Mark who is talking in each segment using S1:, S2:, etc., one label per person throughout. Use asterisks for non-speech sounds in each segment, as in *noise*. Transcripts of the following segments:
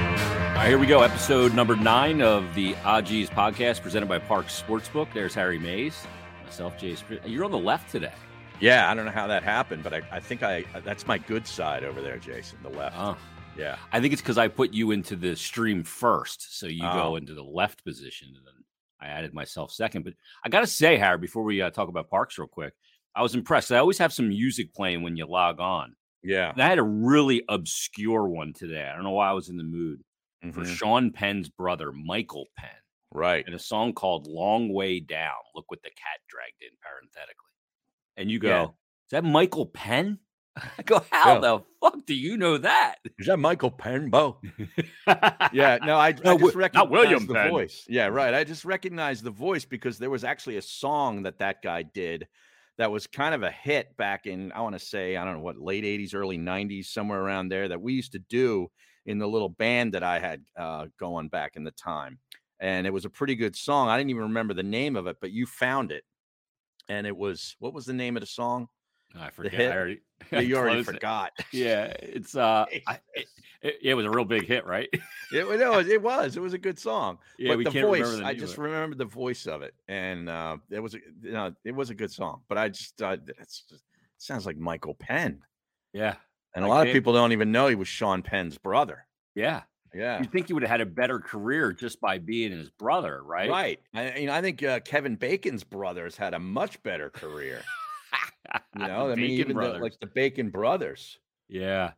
S1: right, here we go. Episode number nine of the Odgies podcast presented by Park Sportsbook. There's Harry Mays, myself, Jay. Spr- You're on the left today.
S2: Yeah, I don't know how that happened, but I, I think I uh, that's my good side over there, Jason, the left.
S1: Oh,
S2: Yeah.
S1: I think it's because I put you into the stream first. So you
S2: Oh.
S1: go into the left position. And then I added myself second. But I got to say, Harry, before we uh, talk about Parks real quick, I was impressed. I always have some music playing when you log on.
S2: Yeah.
S1: And I had a really obscure one today. I don't know why I was in the mood for
S2: Mhm.
S1: Sean Penn's brother, Michael Penn,
S2: Right.
S1: and a song called Long Way Down. Look what the cat dragged in, parenthetically. And you go,
S2: Yeah.
S1: Is that Michael Penn? *laughs* I go, How
S2: Yeah.
S1: the fuck do you know that?
S2: Is that Michael Penbo? Yeah, no,
S1: No,
S2: I, I
S1: Wi-
S2: just recognize
S1: not William
S2: the
S1: Penn.
S2: voice. Yeah, right. I just recognized the voice because there was actually a song that that guy did that was kind of a hit back in I want to say I don't know what late '80s, early '90s, somewhere around there that we used to do in the little band that I had uh, going back in the time, and it was a pretty good song. I didn't even remember the name of it, but you found it, and it was what was the name of
S1: *laughs*
S2: the song?
S1: *laughs* I forget.
S2: hit-
S1: I
S2: *laughs*
S1: already, *laughs* I
S2: You already
S1: closed it.
S2: forgot.
S1: Yeah, it's uh, I, it, it- it was a real big hit, right? *laughs*
S2: It, wa- no, it was. It was a good song.
S1: Yeah,
S2: but
S1: we
S2: the
S1: can't
S2: voice,
S1: remember the
S2: I
S1: name
S2: just
S1: of it.
S2: remembered the voice of it, and uh, it was a, you know, it was a good song. But I just, uh, it's just it sounds like Michael Penn,
S1: yeah,
S2: and a
S1: Like
S2: lot
S1: Dave-
S2: of people don't even know he was Sean Penn's brother.
S1: yeah.
S2: Yeah,
S1: You *laughs* think he would have had a better career just by being his brother, right?
S2: right.
S1: *laughs*
S2: I, you know, I think uh, Kevin Bacon's brothers had a much better career.
S1: *laughs*
S2: You know, I mean,
S1: Bacon
S2: even the,
S1: Brothers.
S2: like the Bacon brothers.
S1: Yeah.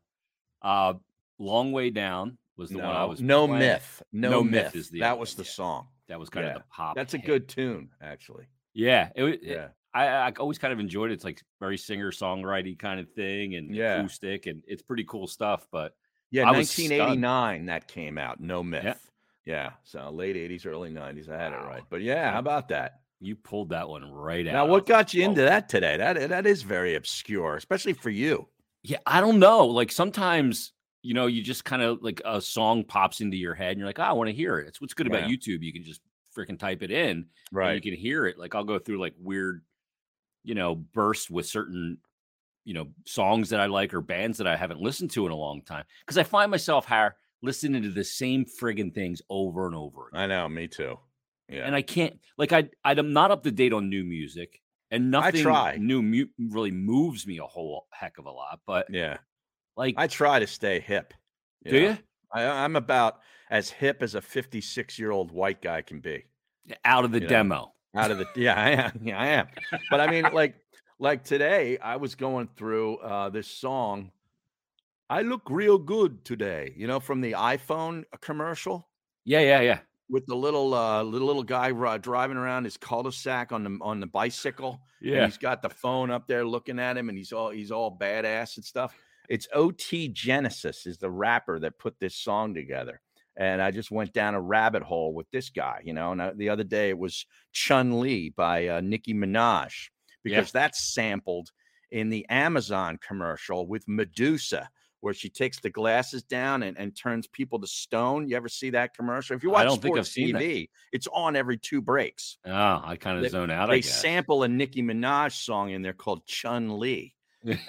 S1: Uh Long Way Down was the
S2: no,
S1: one I was
S2: no
S1: playing.
S2: myth, no,
S1: No
S2: myth.
S1: Myth is the
S2: that
S1: other
S2: was
S1: one,
S2: the
S1: yeah.
S2: song.
S1: That was kind
S2: Yeah.
S1: of the pop.
S2: That's a
S1: hit.
S2: good tune, actually.
S1: Yeah. It, wa- it,
S2: Yeah,
S1: I I always kind of enjoyed it. It's like very singer songwriting kind of thing and
S2: Yeah.
S1: acoustic and it's pretty cool stuff, but
S2: yeah.
S1: I was stunned.
S2: 1989 that came out. No myth. Yeah. So late 80s, early 90s. I had it
S1: Wow.
S2: right. But yeah,
S1: Yeah.
S2: how about that?
S1: you pulled that one right out.
S2: Now,
S1: I was
S2: what
S1: like,
S2: got you into
S1: "Whoa."
S2: that today? That that is very obscure, especially for you.
S1: Yeah, I don't know. Like sometimes, you know, you just kind of like a song pops into your head and you're like, "Oh, I want to hear it. It's what's good about
S2: Yeah.
S1: YouTube. You can just freaking type it in and you can hear it. Like I'll go through like weird, you know, bursts with certain, you know, songs that I like or bands that I haven't listened to in a long time. Because I find myself Har, listening to the same friggin' things over and over again.
S2: I know, me too. Yeah.
S1: And I can't like I I'm not up to date on new music and nothing
S2: try.
S1: new mu- really moves me a whole heck of a lot. But
S2: yeah.
S1: like,
S2: I try to stay hip.
S1: do
S2: know.
S1: you?
S2: I, I'm about as hip as a 56 year old white guy can be.
S1: out of the
S2: You know?
S1: demo.
S2: out of the *laughs* yeah i am yeah i am but i mean like like today i was going through uh this song i look real good today you know from the iphone uh, commercial
S1: Yeah, yeah, yeah.
S2: with the little uh little, little guy ri- driving around his cul-de-sac on the on the bicycle and
S1: Yeah.
S2: he's got the phone up there looking at him and he's all he's all badass and stuff it's ot genesis is the rapper that put this song together and i just went down a rabbit hole with this guy you know and I, the other day it was chun li by uh, nicki minaj
S1: Yeah.
S2: because that's sampled in the amazon commercial with medusa where she takes the glasses down and, and turns people to stone you ever see that commercial if you
S1: I
S2: watch
S1: don't think I've
S2: sports
S1: seen that.
S2: tv it's on every two breaks
S1: Oh, I kind of zone out. I
S2: they
S1: guess.
S2: sample a Nicki Minaj song in there called Chun Li.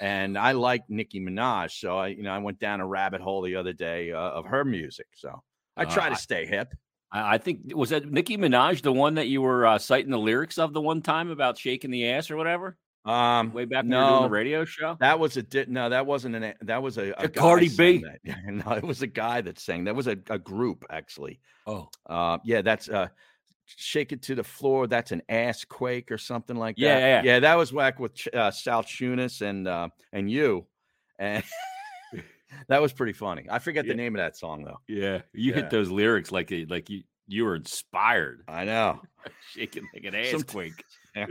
S2: and I like Nicki Minaj, so I, you know, I went down a rabbit hole the other day uh, of her music. So I
S1: Uh,
S2: try
S1: I-
S2: to stay hip.
S1: I, I think was that Nicki Minaj the one that you were uh, citing the lyrics of the one time about shaking the ass or whatever
S2: Um,
S1: way back when you were doing
S2: no,
S1: the radio show.
S2: that was a di- no, that wasn't an a- that was a,
S1: Uh,
S2: a guy
S1: Cardi
S2: sang
S1: B.
S2: that. *laughs* no, it was a guy that sang. That was a, a group actually.
S1: Oh,
S2: Uh, yeah, that's uh, shake it to the floor. That's an ass quake or something like
S1: Yeah,
S2: that.
S1: yeah,
S2: yeah. That was whack with Ch- uh, Sal Chunas and uh, and you, and *laughs* that was pretty funny. I forget
S1: Yeah.
S2: the name of that song though.
S1: yeah. You
S2: Yeah.
S1: hit those lyrics like a, like you you were inspired, *laughs*
S2: I know. *laughs*
S1: shaking like an
S2: Somet-
S1: ass quake. Oh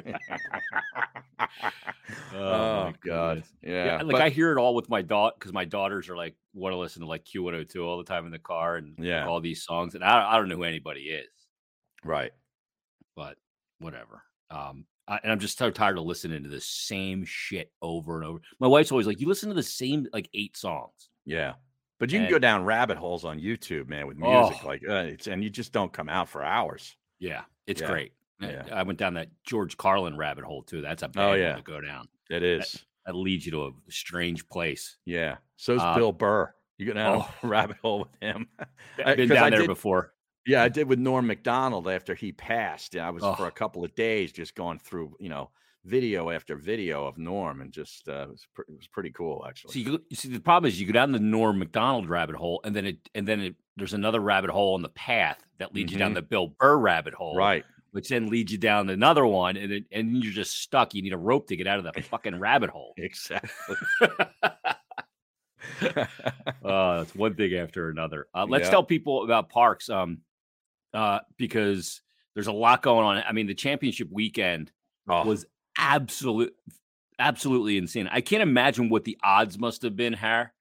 S2: oh,
S1: my
S2: God,
S1: goodness.
S2: yeah.
S1: Yeah, like
S2: but-
S1: I hear it all with my daughter because my daughters are like want to listen to like Q102 all the time in the car and like,
S2: Yeah.
S1: all these songs, and I, I don't know who anybody is.
S2: right.
S1: but whatever. Um, I, and I'm just so tired of listening to the same shit over and over. My wife's always like, "You listen to the same like eight songs."
S2: Yeah. But you can
S1: And-
S2: go down rabbit holes on YouTube, man, with music
S1: Oh.
S2: like uh, it's, and you just don't come out for hours.
S1: Yeah, it's
S2: Yeah,
S1: great. I-
S2: yeah. Oh,
S1: I went down that George Carlin rabbit hole too. That's a bad
S2: yeah.
S1: one to go down.
S2: It is.
S1: That leads you to a strange place.
S2: Yeah. So's
S1: Uh, Oh.
S2: Bill Burr. You go down *laughs* a rabbit hole with him. I-
S1: I've been
S2: 'cause
S1: down
S2: I
S1: there
S2: did-
S1: before.
S2: Yeah, I did with Norm McDonald after he passed. And I was
S1: Oh.
S2: for a couple of days just going through, you know, video after video of Norm, and just uh, it, was pre- it was pretty cool actually.
S1: So you, go- you see, the problem is you go down the Norm Macdonald rabbit hole, and then it and then it, there's another rabbit hole on the path that leads you down
S2: Mhm.
S1: the Bill Burr rabbit hole,
S2: right. *laughs*
S1: Which then leads you down another one, and it, and you're just stuck. You need a rope to get out of the fucking rabbit hole. *laughs*
S2: Exactly.
S1: uh, it's one thing after another. Uh, let's
S2: Yeah.
S1: tell people about parks, um, uh, because there's a lot going on. I mean, the championship weekend
S2: Oh,
S1: was absolute, absolutely insane. I can't imagine what the odds must have been here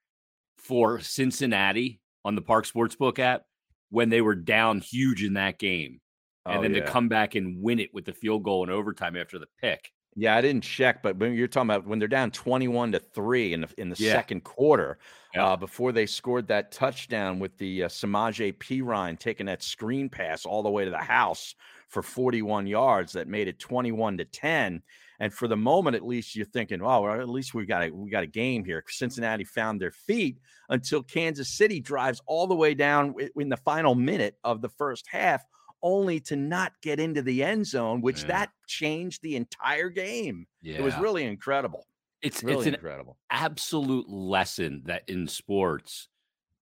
S1: for Cincinnati on the Park Sportsbook app when they were down huge in that game, and
S2: oh,
S1: then
S2: yeah.
S1: to come back and win it with the field goal in overtime after the pick.
S2: Yeah, I didn't check, but when you're talking about when they're down 21 to 3 in the in the
S1: Yeah.
S2: second quarter,
S1: Yeah.
S2: uh, before they scored that touchdown with the uh, Samaje Perine taking that screen pass all the way to the house for 41 yards that made it 21 to 10. And for the moment, at least you're thinking, oh, well, at least we got a we got a game here. Cincinnati found their feet until Kansas City drives all the way down wi- in the final minute of the first half, only to not get into the end zone, which
S1: Yeah.
S2: that changed the entire game.
S1: Yeah,
S2: It was really incredible.
S1: it's
S2: Really
S1: it's an
S2: incredible.
S1: absolute lesson that in sports,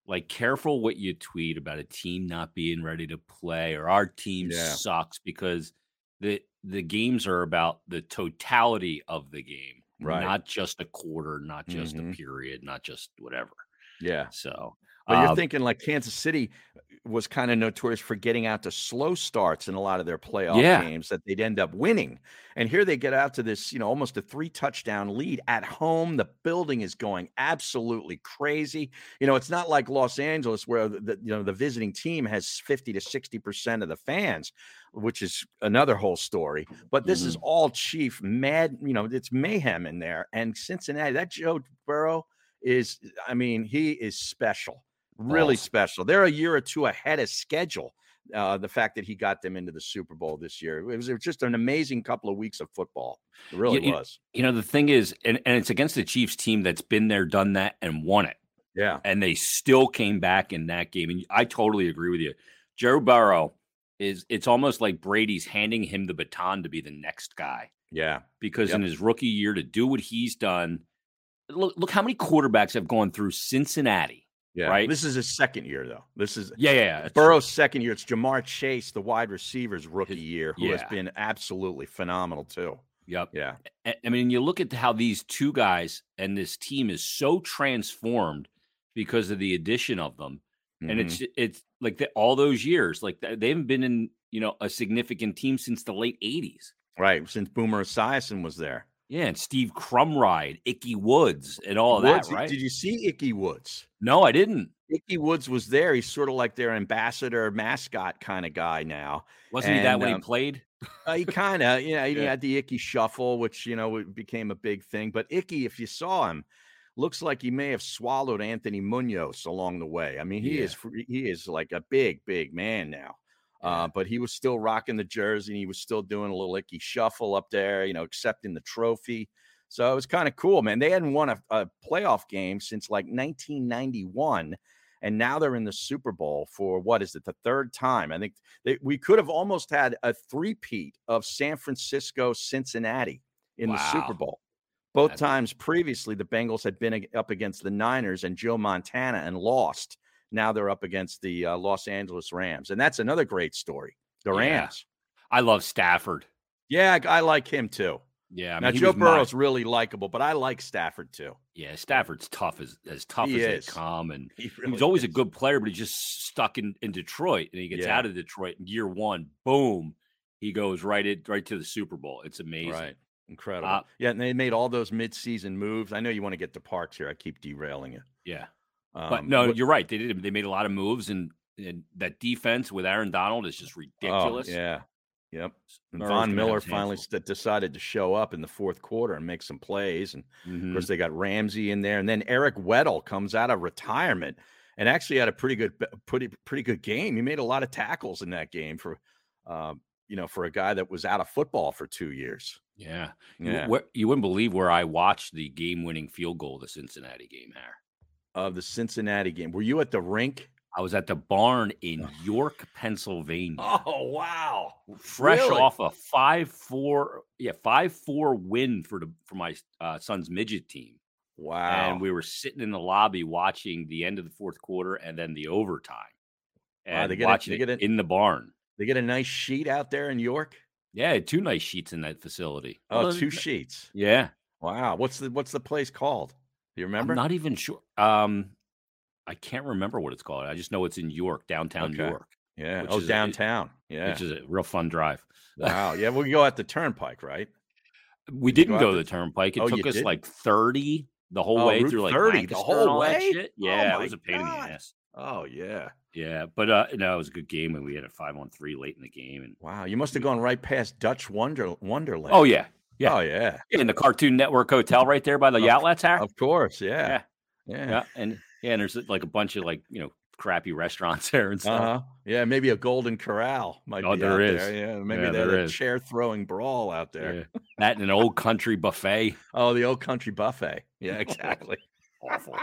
S1: like careful what you tweet about a team not being ready to play or our team
S2: Yeah.
S1: sucks because the the games are about the totality of the game,
S2: Right.
S1: Not just a quarter, not just a
S2: Mhm.
S1: period, not just whatever.
S2: Yeah.
S1: So,
S2: But you're
S1: um,
S2: thinking like Kansas City uh, was kind of notorious for getting out to slow starts in a lot of their playoff
S1: Yeah.
S2: games that they'd end up winning. And here they get out to this, you know, almost a three touchdown lead at home. The building is going absolutely crazy. You know, it's not like Los Angeles where the, the- you know the visiting team has 50 to 60% of the fans, which is another whole story. But this
S1: Mm-hmm.
S2: is all chief mad, you know, it's mayhem in there. And Cincinnati, that Joe Burrow is I mean, he is special really
S1: Awesome.
S2: special. They're a year or two ahead of schedule. Uh, the fact that he got them into the Super Bowl this year, it was, it was just an amazing couple of weeks of football. It really
S1: you-
S2: was.
S1: you know the thing is, and, and it's against the Chiefs team that's been there, done that, and won it.
S2: Yeah,
S1: and they still came back in that game. And I totally agree with you. Joe Burrow is it's almost like Brady's handing him the baton to be the next guy
S2: yeah,
S1: because in
S2: Yep.
S1: his rookie year to do what he's done. Look, look how many quarterbacks have gone through Cincinnati.
S2: yeah.
S1: Right?
S2: This is his second year, though. This is
S1: Yeah, yeah, yeah. that's true.
S2: Burrow's second year. It's Jamar Chase, the wide receiver's rookie
S1: His-
S2: year, who has
S1: yeah.
S2: been absolutely phenomenal too.
S1: Yep.
S2: Yeah,
S1: I- I mean, you look at how these two guys and this team is so transformed because of the addition of them. and
S2: Mhm.
S1: it's it's like the, all those years, like th- they haven't been in you know a significant team since the late '80s.
S2: right since Boomer Esiason was there.
S1: Yeah, and Steve Crumride, Icky Woods, and all
S2: Woods,
S1: that, right?
S2: Did you see Icky Woods?
S1: no, I didn't.
S2: Icky Woods was there. He's sort of like their ambassador mascot kind of guy now.
S1: Wasn't he that
S2: And,
S1: when
S2: um,
S1: he played?
S2: Uh, he kind of, you know, he
S1: Yeah.
S2: had the Icky shuffle, which you know it became a big thing. But Icky, if you saw him, looks like he may have swallowed Anthony Munoz along the way. I mean, he
S1: Yeah.
S2: is fr- he is like a big, big man now.
S1: Yeah.
S2: Uh, but he was still rocking the jersey, and he was still doing a little Icky shuffle up there, you know, accepting the trophy. So it was kind of cool, man. They hadn't won a, a playoff game since like 1991, and now they're in the Super Bowl for what is it, the third time? I think they, we could have almost had a three-peat of San Francisco Cincinnati in the Super
S1: Wow.
S2: Bowl. Both
S1: That-
S2: times previously, the Bengals had been ag- up against the Niners and Joe Montana and lost. Now they're up against the uh, Los Angeles Rams, and that's another great story. The
S1: Yeah.
S2: Rams.
S1: I love Stafford.
S2: Yeah, I, I like him too.
S1: Yeah, I mean,
S2: now
S1: he
S2: Joe
S1: was my-
S2: Burrow's really likable, but I like Stafford too.
S1: yeah, Stafford's tough as as tough
S2: He
S1: as
S2: is.
S1: they come, and
S2: He,
S1: he was
S2: really
S1: always a
S2: is.
S1: good player, but he just stuck in in Detroit, and he gets
S2: Yeah.
S1: out of Detroit in year one. Boom, he goes right it right to the Super Bowl. It's amazing.
S2: Right. Incredible.
S1: Uh,
S2: yeah, and they made all those mid-season moves. I know you want to get to Parks here. I keep derailing you.
S1: Yeah,
S2: Um,
S1: but no,
S2: what-
S1: you're right. They did. They made a lot of moves, and, and that defense with Aaron Donald is just
S2: oh,
S1: ridiculous.
S2: yeah. Yep. And
S1: Burrow's
S2: Von
S1: gonna have
S2: Miller
S1: his hands
S2: finally
S1: full.
S2: st- decided to show up in the fourth quarter and make some plays. And of
S1: Mhm.
S2: course, they got Ramsey in there, and then Eric Weddle comes out of retirement and actually had a pretty good, b- pretty pretty good game. He made a lot of tackles in that game for, uh, you know, for a guy that was out of football for two years.
S1: Yeah. You,
S2: Yeah.
S1: wh- you wouldn't believe where I watched the game winning field goal of the Cincinnati game, Har.
S2: of the Cincinnati game. Were you at the rink?
S1: I was at the barn in York, Pennsylvania.
S2: Oh wow!
S1: Fresh really? off a five four, yeah, five four win for the for my uh, son's midget team.
S2: Wow!
S1: And we were sitting in the lobby watching the end of the fourth quarter and then the overtime, and wow, they get watching a, they get an, in the barn.
S2: They get a nice sheet out there in York.
S1: Yeah, two nice sheets in that facility.
S2: Oh, well, two sheets.
S1: Yeah.
S2: Wow. What's the what's the place called? Do you remember?
S1: I'm not even sure. Um, I can't remember what it's called. I just know it's in York, downtown okay. York.
S2: Yeah. Oh, downtown.
S1: A,
S2: yeah. *laughs*
S1: Which is a real fun drive. Uh,
S2: Wow. yeah. We go at the turnpike, right?
S1: We didn't go, go the, the turnpike. It oh, took us did? like 30 the whole oh, way Route through like 30 Lancaster the whole way. Yeah. Oh, it was a pain God. in the ass.
S2: Oh, yeah.
S1: Yeah. But uh, no, it was a good game. And we had a 5 on 3 late in the game. And
S2: Wow. You must have gone right past Dutch Wonder Wonderland.
S1: Oh, yeah. Yeah.
S2: Oh, yeah.
S1: In the Cartoon Network Hotel right there by the Yatlat's Hack. *laughs*
S2: Of course. yeah.
S1: Yeah. yeah. yeah. And, yeah, and there's like a bunch of like you know crappy restaurants *laughs* there and stuff. Uh-huh.
S2: Yeah, maybe a Golden Corral might oh, be
S1: there
S2: out
S1: is.
S2: there. Yeah, maybe yeah, there's a chair throwing brawl out there. Yeah.
S1: That and an old country buffet.
S2: Oh, the old country buffet. *laughs* Yeah, exactly.
S1: Awful.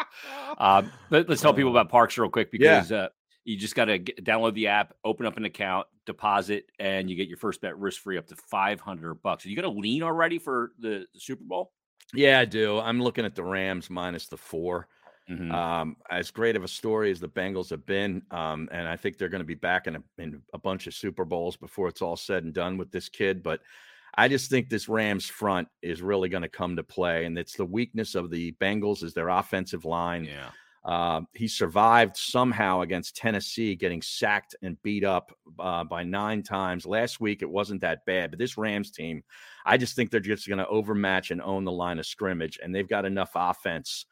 S1: Um, let, us tell people about Parks real quick because yeah. uh, you just got to download the app, open up an account, deposit, and you get your first bet risk free up to five hundred bucks. Are you going to lean already for the, the Super Bowl?
S2: Yeah, I do. I'm looking at the Rams minus the four. Mm-hmm.
S1: Uh,
S2: Um, as great of a story as the Bengals have been, um, and I think they're going to be back in a, in a bunch of Super Bowls before it's all said and done with this kid. But I just think this Rams front is really going to come to play, and it's the weakness of the Bengals is their offensive line.
S1: Yeah.
S2: Uh, he survived somehow against Tennessee, getting sacked and beat up uh, by nine times. Last week, it wasn't that bad, but this Rams team, I just think they're just going to overmatch and own the line of scrimmage, and they've got enough offense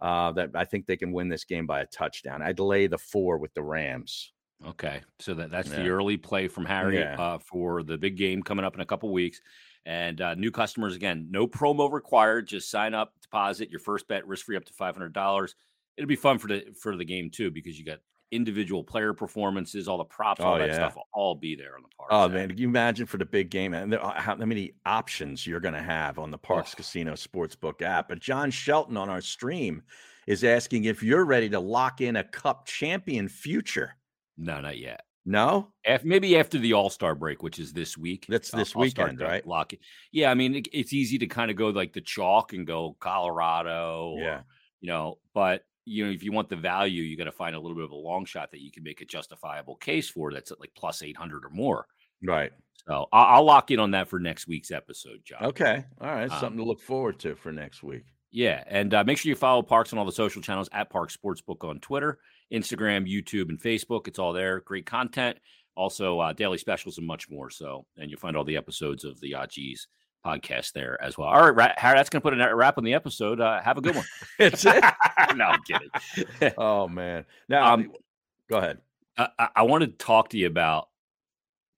S2: uh, that I think they can win this game by a touchdown. I'd lay the four with the Rams.
S1: Okay, so that, that's yeah. the early play from Harry yeah. uh, for the big game coming up in a couple weeks. And uh, new customers again, no promo required. Just sign up, deposit your first bet, risk free up to five hundred dollars. It'll be fun for the for the game too because you got individual player performances, all the props, all oh, that yeah. stuff will all be there on the park.
S2: Oh man, can you imagine for the big game and how many options you're going to have on the Parks oh. Casino Sportsbook app? But John Shelton on our stream is asking if you're ready to lock in a Cup champion future.
S1: No, not yet.
S2: No,
S1: Af- maybe after the All Star break, which is this week.
S2: That's this uh, weekend, right?
S1: Lock it. Yeah, I mean, it, it's easy to kind of go like the chalk and go Colorado.
S2: Yeah.
S1: Or, you know, but you know, if you want the value, you got to find a little bit of a long shot that you can make a justifiable case for that's at like plus 800 or more.
S2: Right.
S1: So I'll, I'll lock in on that for next week's episode, John.
S2: Okay. All right. Um, Something to look forward to for
S1: *laughs*
S2: next week. *laughs*
S1: Yeah. And uh, make sure you follow Parks on all the social channels at Parks Sportsbook on Twitter, Instagram, YouTube, and Facebook. It's all there. Great content. Also, uh, daily specials and much more. So, and you'll find all the episodes of the Odds podcast there as well. All right, Harry, that's going to put a wrap on the episode. Uh, have a good one.
S2: that's it.
S1: *laughs* no, I'm kidding.
S2: *laughs* oh man. Now, um, go ahead.
S1: I, I want to talk to you about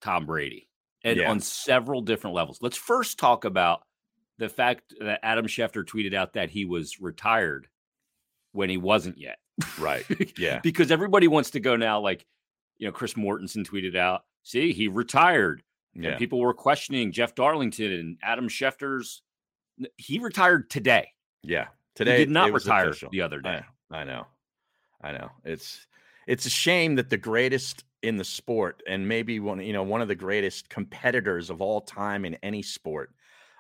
S1: Tom Brady, and yeah. on several different levels. Let's first talk about the fact that Adam Schefter tweeted out that he was retired when he wasn't yet.
S2: Right. Yeah.
S1: because everybody wants to go now. Like, you know, Chris Mortensen tweeted out, "See, he retired." Yeah. And people were questioning Jeff Darlington and Adam Schefter's. He retired today.
S2: Yeah, today
S1: he did not retire official. the other day.
S2: I, I, know, I know. It's it's a shame that the greatest in the sport and maybe one you know one of the greatest competitors of all time in any sport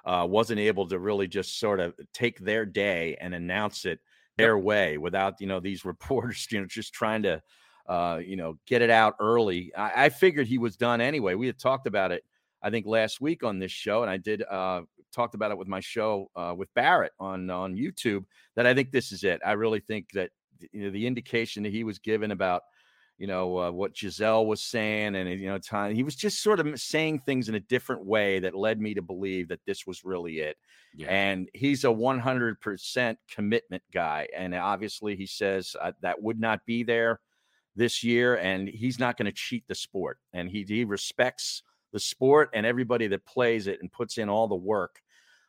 S2: uh, wasn't able to really just sort of take their day and announce it their yep. way without you know these *laughs* reporters you know just trying to uh, you know, get it out early. I, I, figured he was done anyway. We had talked about it, I think, last week on this show, and I did uh, talked about it with my show uh, with Barrett on on YouTube. That I think this is it. I really think that you know the indication that he was given about you know uh, what Giselle was saying, and you know, time he was just sort of saying things in a different way that led me to believe that this was really it. Yeah. And he's a 100% commitment guy, and obviously he says uh, that would not be there this year, and he's not going to cheat the sport. And he he respects the sport and everybody that plays it and puts in all the work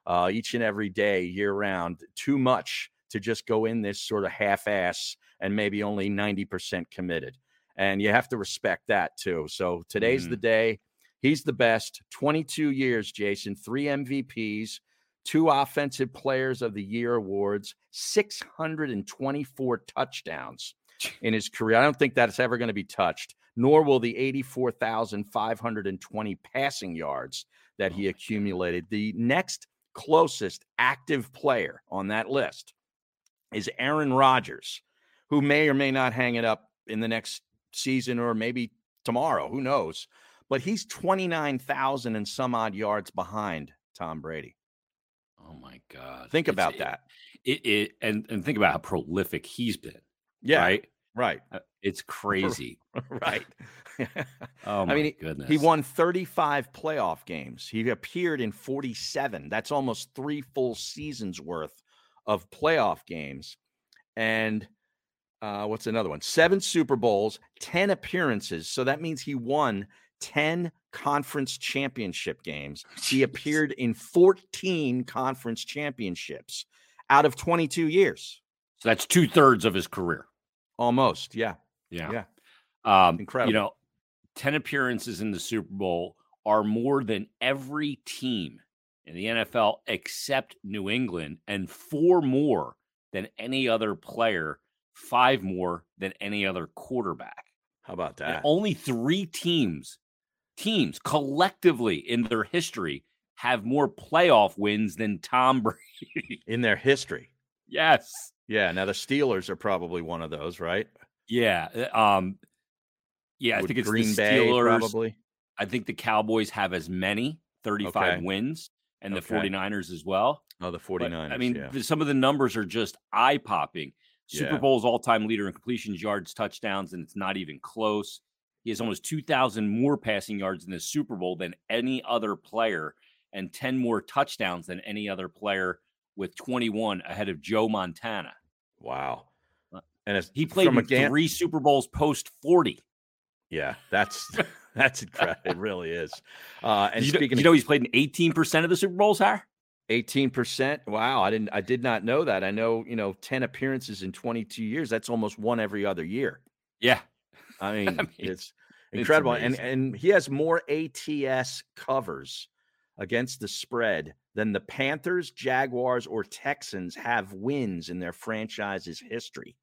S2: uh, each and every day, year round. Too much to just go in this sort of half ass and maybe only ninety percent committed. And you have to respect that too. So today's mm-hmm. the day. He's the best. Twenty two years, Jason. Three MVPs. two Offensive Players of the Year awards, 624 touchdowns in his career. I don't think that's ever going to be touched, nor will the 84,520 passing yards that he accumulated. The next closest active player on that list is Aaron Rodgers, who may or may not hang it up in the next season or maybe tomorrow. Who knows? But he's 29,000 and some odd yards behind Tom Brady.
S1: Oh my God.
S2: Think
S1: It's-
S2: about
S1: it-
S2: that.
S1: It, it and and think about how prolific he's been.
S2: Yeah. Right.
S1: Right? Uh, It's crazy.
S2: *laughs* Right. *laughs*
S1: Oh my
S2: mean,
S1: goodness.
S2: he won 35 playoff games. He appeared in 47. That's almost three full seasons worth of playoff games. And uh, what's another one? Seven Super Bowls, 10 appearances. So that means he won 10 conference championship games. He
S1: Jeez.
S2: appeared in 14 conference championships out of 22 years.
S1: So that's two thirds of his career.
S2: Almost. Yeah.
S1: Yeah. Yeah. Um,
S2: Incredible.
S1: You know, 10 appearances in the Super Bowl are more than every team in the NFL except New England, and four more than any other player, five more than any other quarterback.
S2: How about
S1: And
S2: that?
S1: only three teams, teams collectively in their history, have more playoff wins than Tom Brady.
S2: In their history.
S1: *laughs* yes.
S2: Yeah. Now the Steelers are probably one of those, right?
S1: Yeah. uh, Um, yeah, I
S2: Would
S1: think it's
S2: Green
S1: the
S2: Bay
S1: Steelers.
S2: probably.
S1: I think the Cowboys have as many 35
S2: Okay.
S1: wins and the
S2: Okay.
S1: 49ers as well.
S2: Oh, the
S1: But,
S2: 49ers.
S1: I mean,
S2: yeah.
S1: the- some of the numbers are just eye popping. Super
S2: Yeah.
S1: Bowl's all time leader in completions, yards, touchdowns, and it's not even close. He has almost 2,000 more passing yards in the Super Bowl than any other player and 10 more touchdowns than any other player with 21 ahead of Joe Montana.
S2: wow. And it's
S1: Uh, He played
S2: from a
S1: in
S2: game.
S1: three Super Bowls post 40.
S2: Yeah,
S1: *laughs*
S2: that's *laughs* that's incredible. it really is. Uh, and
S1: you, know,
S2: speaking
S1: you know he's played in 18% of the Super Bowls, Har?
S2: of 18%, wow, I didn't I did not know that. I know, you know, 10 appearances in 22 years, that's almost one every other year.
S1: Yeah. *laughs*
S2: I mean,
S1: mean,
S2: it's incredible. and
S1: amazing.
S2: and he has more ATS covers against the spread than the Panthers, Jaguars, or Texans have wins in their franchise's history.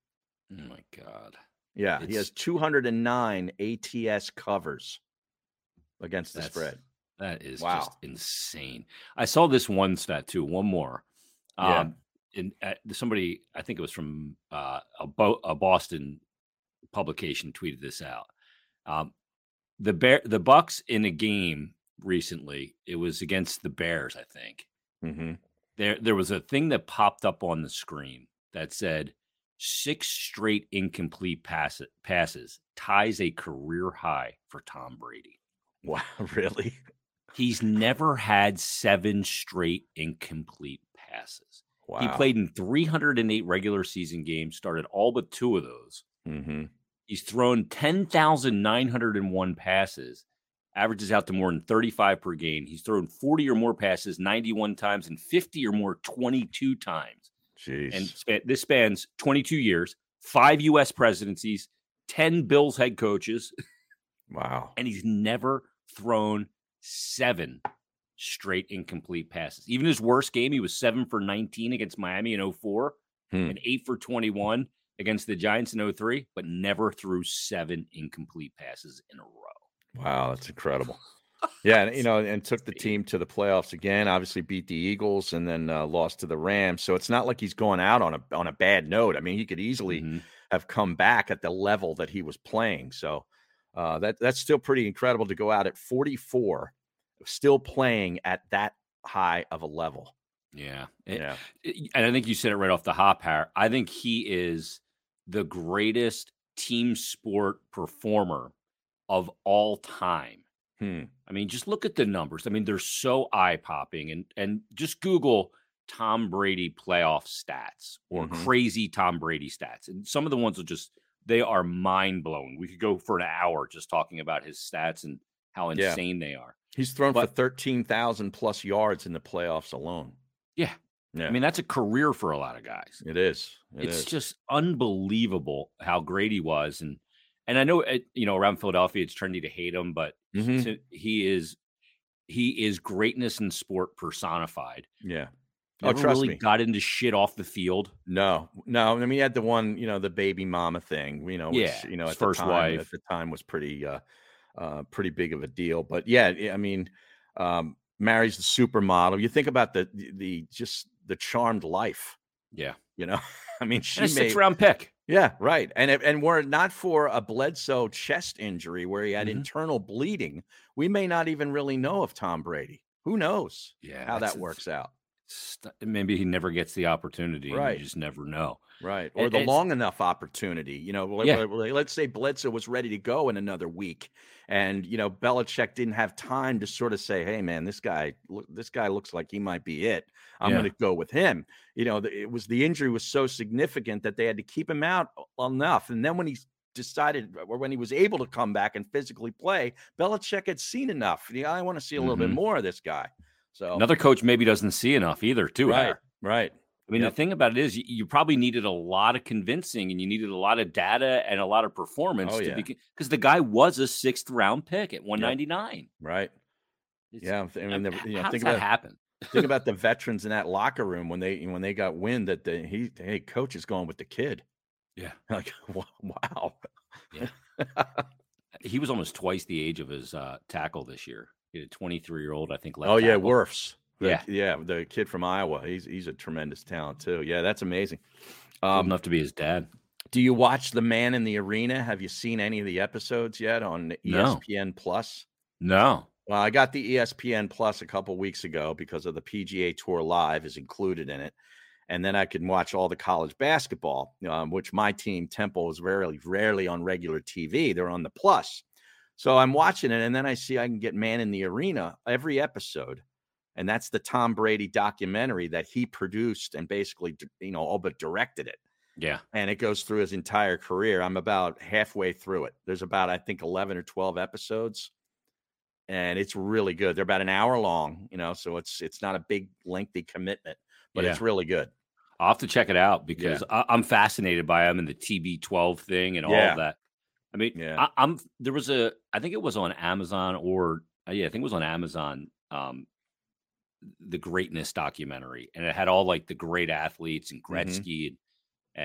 S1: Oh my God.
S2: Yeah, he
S1: It's-
S2: has 209 ATS covers against the
S1: That's-
S2: spread.
S1: That is just
S2: Wow.
S1: insane. I saw this one stat too. One more.
S2: Yeah.
S1: Um, and uh, somebody, I think it was from uh, a, Bo- a Boston publication, tweeted this out. Um, the bear, the Bucks in a game recently. It was against the Bears, I think.
S2: Mm-hmm. *laughs*
S1: There, there was a thing that popped up on the screen that said six straight incomplete passes, passes ties a career high for Tom Brady.
S2: Wow, really?
S1: He's never had seven straight incomplete passes.
S2: Wow.
S1: He played in 308 regular season games, started all but two of those.
S2: Mm-hmm.
S1: He's thrown 10,901 passes, averages out to more than 35 per game. He's thrown 40 or more passes 91 times and 50 or more 22 times.
S2: Jeez.
S1: And span, this spans 22 years, five U.S. presidencies, 10 Bills head coaches,
S2: wow.
S1: and he's never thrown seven straight incomplete passes. Even his worst game, he was seven for 19 against Miami in 04
S2: Hmm.
S1: and eight for 21 against the Giants in 03, but never threw seven incomplete passes in a row.
S2: Wow,
S1: *laughs*
S2: that's incredible. Yeah, and, you know, and took the team to the playoffs again. Obviously, beat the Eagles and then uh, lost to the Rams. So it's not like he's going out on a on a bad note. I mean, he could easily
S1: Mhm.
S2: have come back at the level that he was playing. So uh, that that's still pretty incredible to go out at 44, still playing at that high of a level.
S1: Yeah. It-
S2: Yeah,
S1: it- and I think you said it right off the hop, Har. I think he is the greatest team sport performer of all time.
S2: hmm.
S1: I mean, just look at the numbers. I mean, they're so eye popping, and and just Google Tom Brady playoff stats or
S2: Mhm.
S1: crazy Tom Brady stats, and some of the ones will just they are mind blowing. We could go for an hour just talking about his stats and how
S2: Yeah.
S1: insane they are.
S2: he's thrown for
S1: But-
S2: 13,000 plus yards in the playoffs alone.
S1: Yeah.
S2: yeah,
S1: I mean, that's a career for a lot of guys.
S2: it is. It
S1: it's
S2: is.
S1: just unbelievable how great he was, and and I know it, you know around Philadelphia it's trendy to hate him, but
S2: Mhm.
S1: to- he is he is greatness in sport personified.
S2: yeah, Oh,
S1: Never
S2: trust
S1: really
S2: me.
S1: got into shit off the field.
S2: No, no. I mean, he had the one, you know, the baby mama thing. You know, which,
S1: Yeah,
S2: you know,
S1: his
S2: at the
S1: first
S2: time,
S1: wife.
S2: at the time was pretty, uh, uh, pretty big of a deal. But yeah, I- I mean, um, marries the supermodel. You think about the the- the just the charmed life.
S1: Yeah,
S2: You know, *laughs* I mean,
S1: and a
S2: she
S1: six
S2: made
S1: round pick.
S2: yeah, right. And if, and were it not for a Bledsoe chest injury where he had
S1: Mhm.
S2: internal bleeding, we may not even really know of Tom Brady. Who knows
S1: Yeah,
S2: how
S1: that's
S2: that
S1: the
S2: works out?
S1: st- maybe he never gets the opportunity. and
S2: Right.
S1: you just never know.
S2: Right. Or
S1: It-
S2: the
S1: it's-
S2: long enough opportunity. You know, let-
S1: Yeah.
S2: let- let- let's say Bledsoe was ready to go in another week. And, you know, Belichick didn't have time to sort of say, hey, man, this guy, look, this guy looks like he might be it. I'm
S1: Yeah.
S2: going to go with him. You know, the, it was the injury was so significant that they had to keep him out enough. And then when he decided uh, or when he was able to come back and physically play, Belichick had seen enough. You know, I want to see a little
S1: Mhm.
S2: bit more of this guy. So,
S1: Another coach maybe doesn't see enough either. Too
S2: Oh. right.
S1: Howard.
S2: Right.
S1: I mean,
S2: Yep.
S1: the thing about it is, you, you probably needed a lot of convincing, and you needed a lot of data and a lot of performance
S2: Oh,
S1: to
S2: yeah.
S1: be because the guy was a sixth round pick at 199.
S2: Right.
S1: It's-
S2: Yeah. I mean, the-
S1: h-
S2: you know,
S1: how
S2: think
S1: does that
S2: about
S1: happen? *laughs*
S2: Think about the veterans in that locker room when they when they got wind that the he hey coach is going with the kid.
S1: Yeah.
S2: *laughs* Like wa- wow.
S1: He was almost twice the age of his uh, tackle this year. He had a 23 year old, I think. Left
S2: oh yeah,
S1: tackle.
S2: Werfs. The-
S1: Yeah.
S2: Yeah, the kid from Iowa. He's he's a tremendous talent too. Yeah, that's amazing.
S1: Old
S2: Um,
S1: enough to be his dad.
S2: do you watch The Man in the Arena? Have you seen any of the episodes yet on E
S1: No.
S2: ESPN Plus?
S1: No,
S2: Well, I got the E ESPN Plus a couple weeks ago because of the PGA Tour Live is included in it, and then I can watch all the college basketball, um, which my team Temple is rarely rarely on regular TV. They're on the Plus, so I'm watching it, and then I see I can get Man in the Arena every episode, and that's the Tom Brady documentary that he produced and basically d- you know all but directed it
S1: yeah,
S2: and it goes through his entire career. I'm about halfway through it. There's about I think 11 or 12 episodes and it's really good. They're about an hour long, you know, so it's it's not a big lengthy commitment, but it's really good.
S1: I'll have to check it out because I, I'm fascinated by him and the TB12 thing and all
S2: Yeah.
S1: of that. I mean,
S2: Yeah.
S1: I, I'm there was a I think it was on Amazon or uh, yeah, I think it was on Amazon. Um, the greatness documentary, and it had all like the great athletes and
S2: Mm-hmm.
S1: Gretzky and,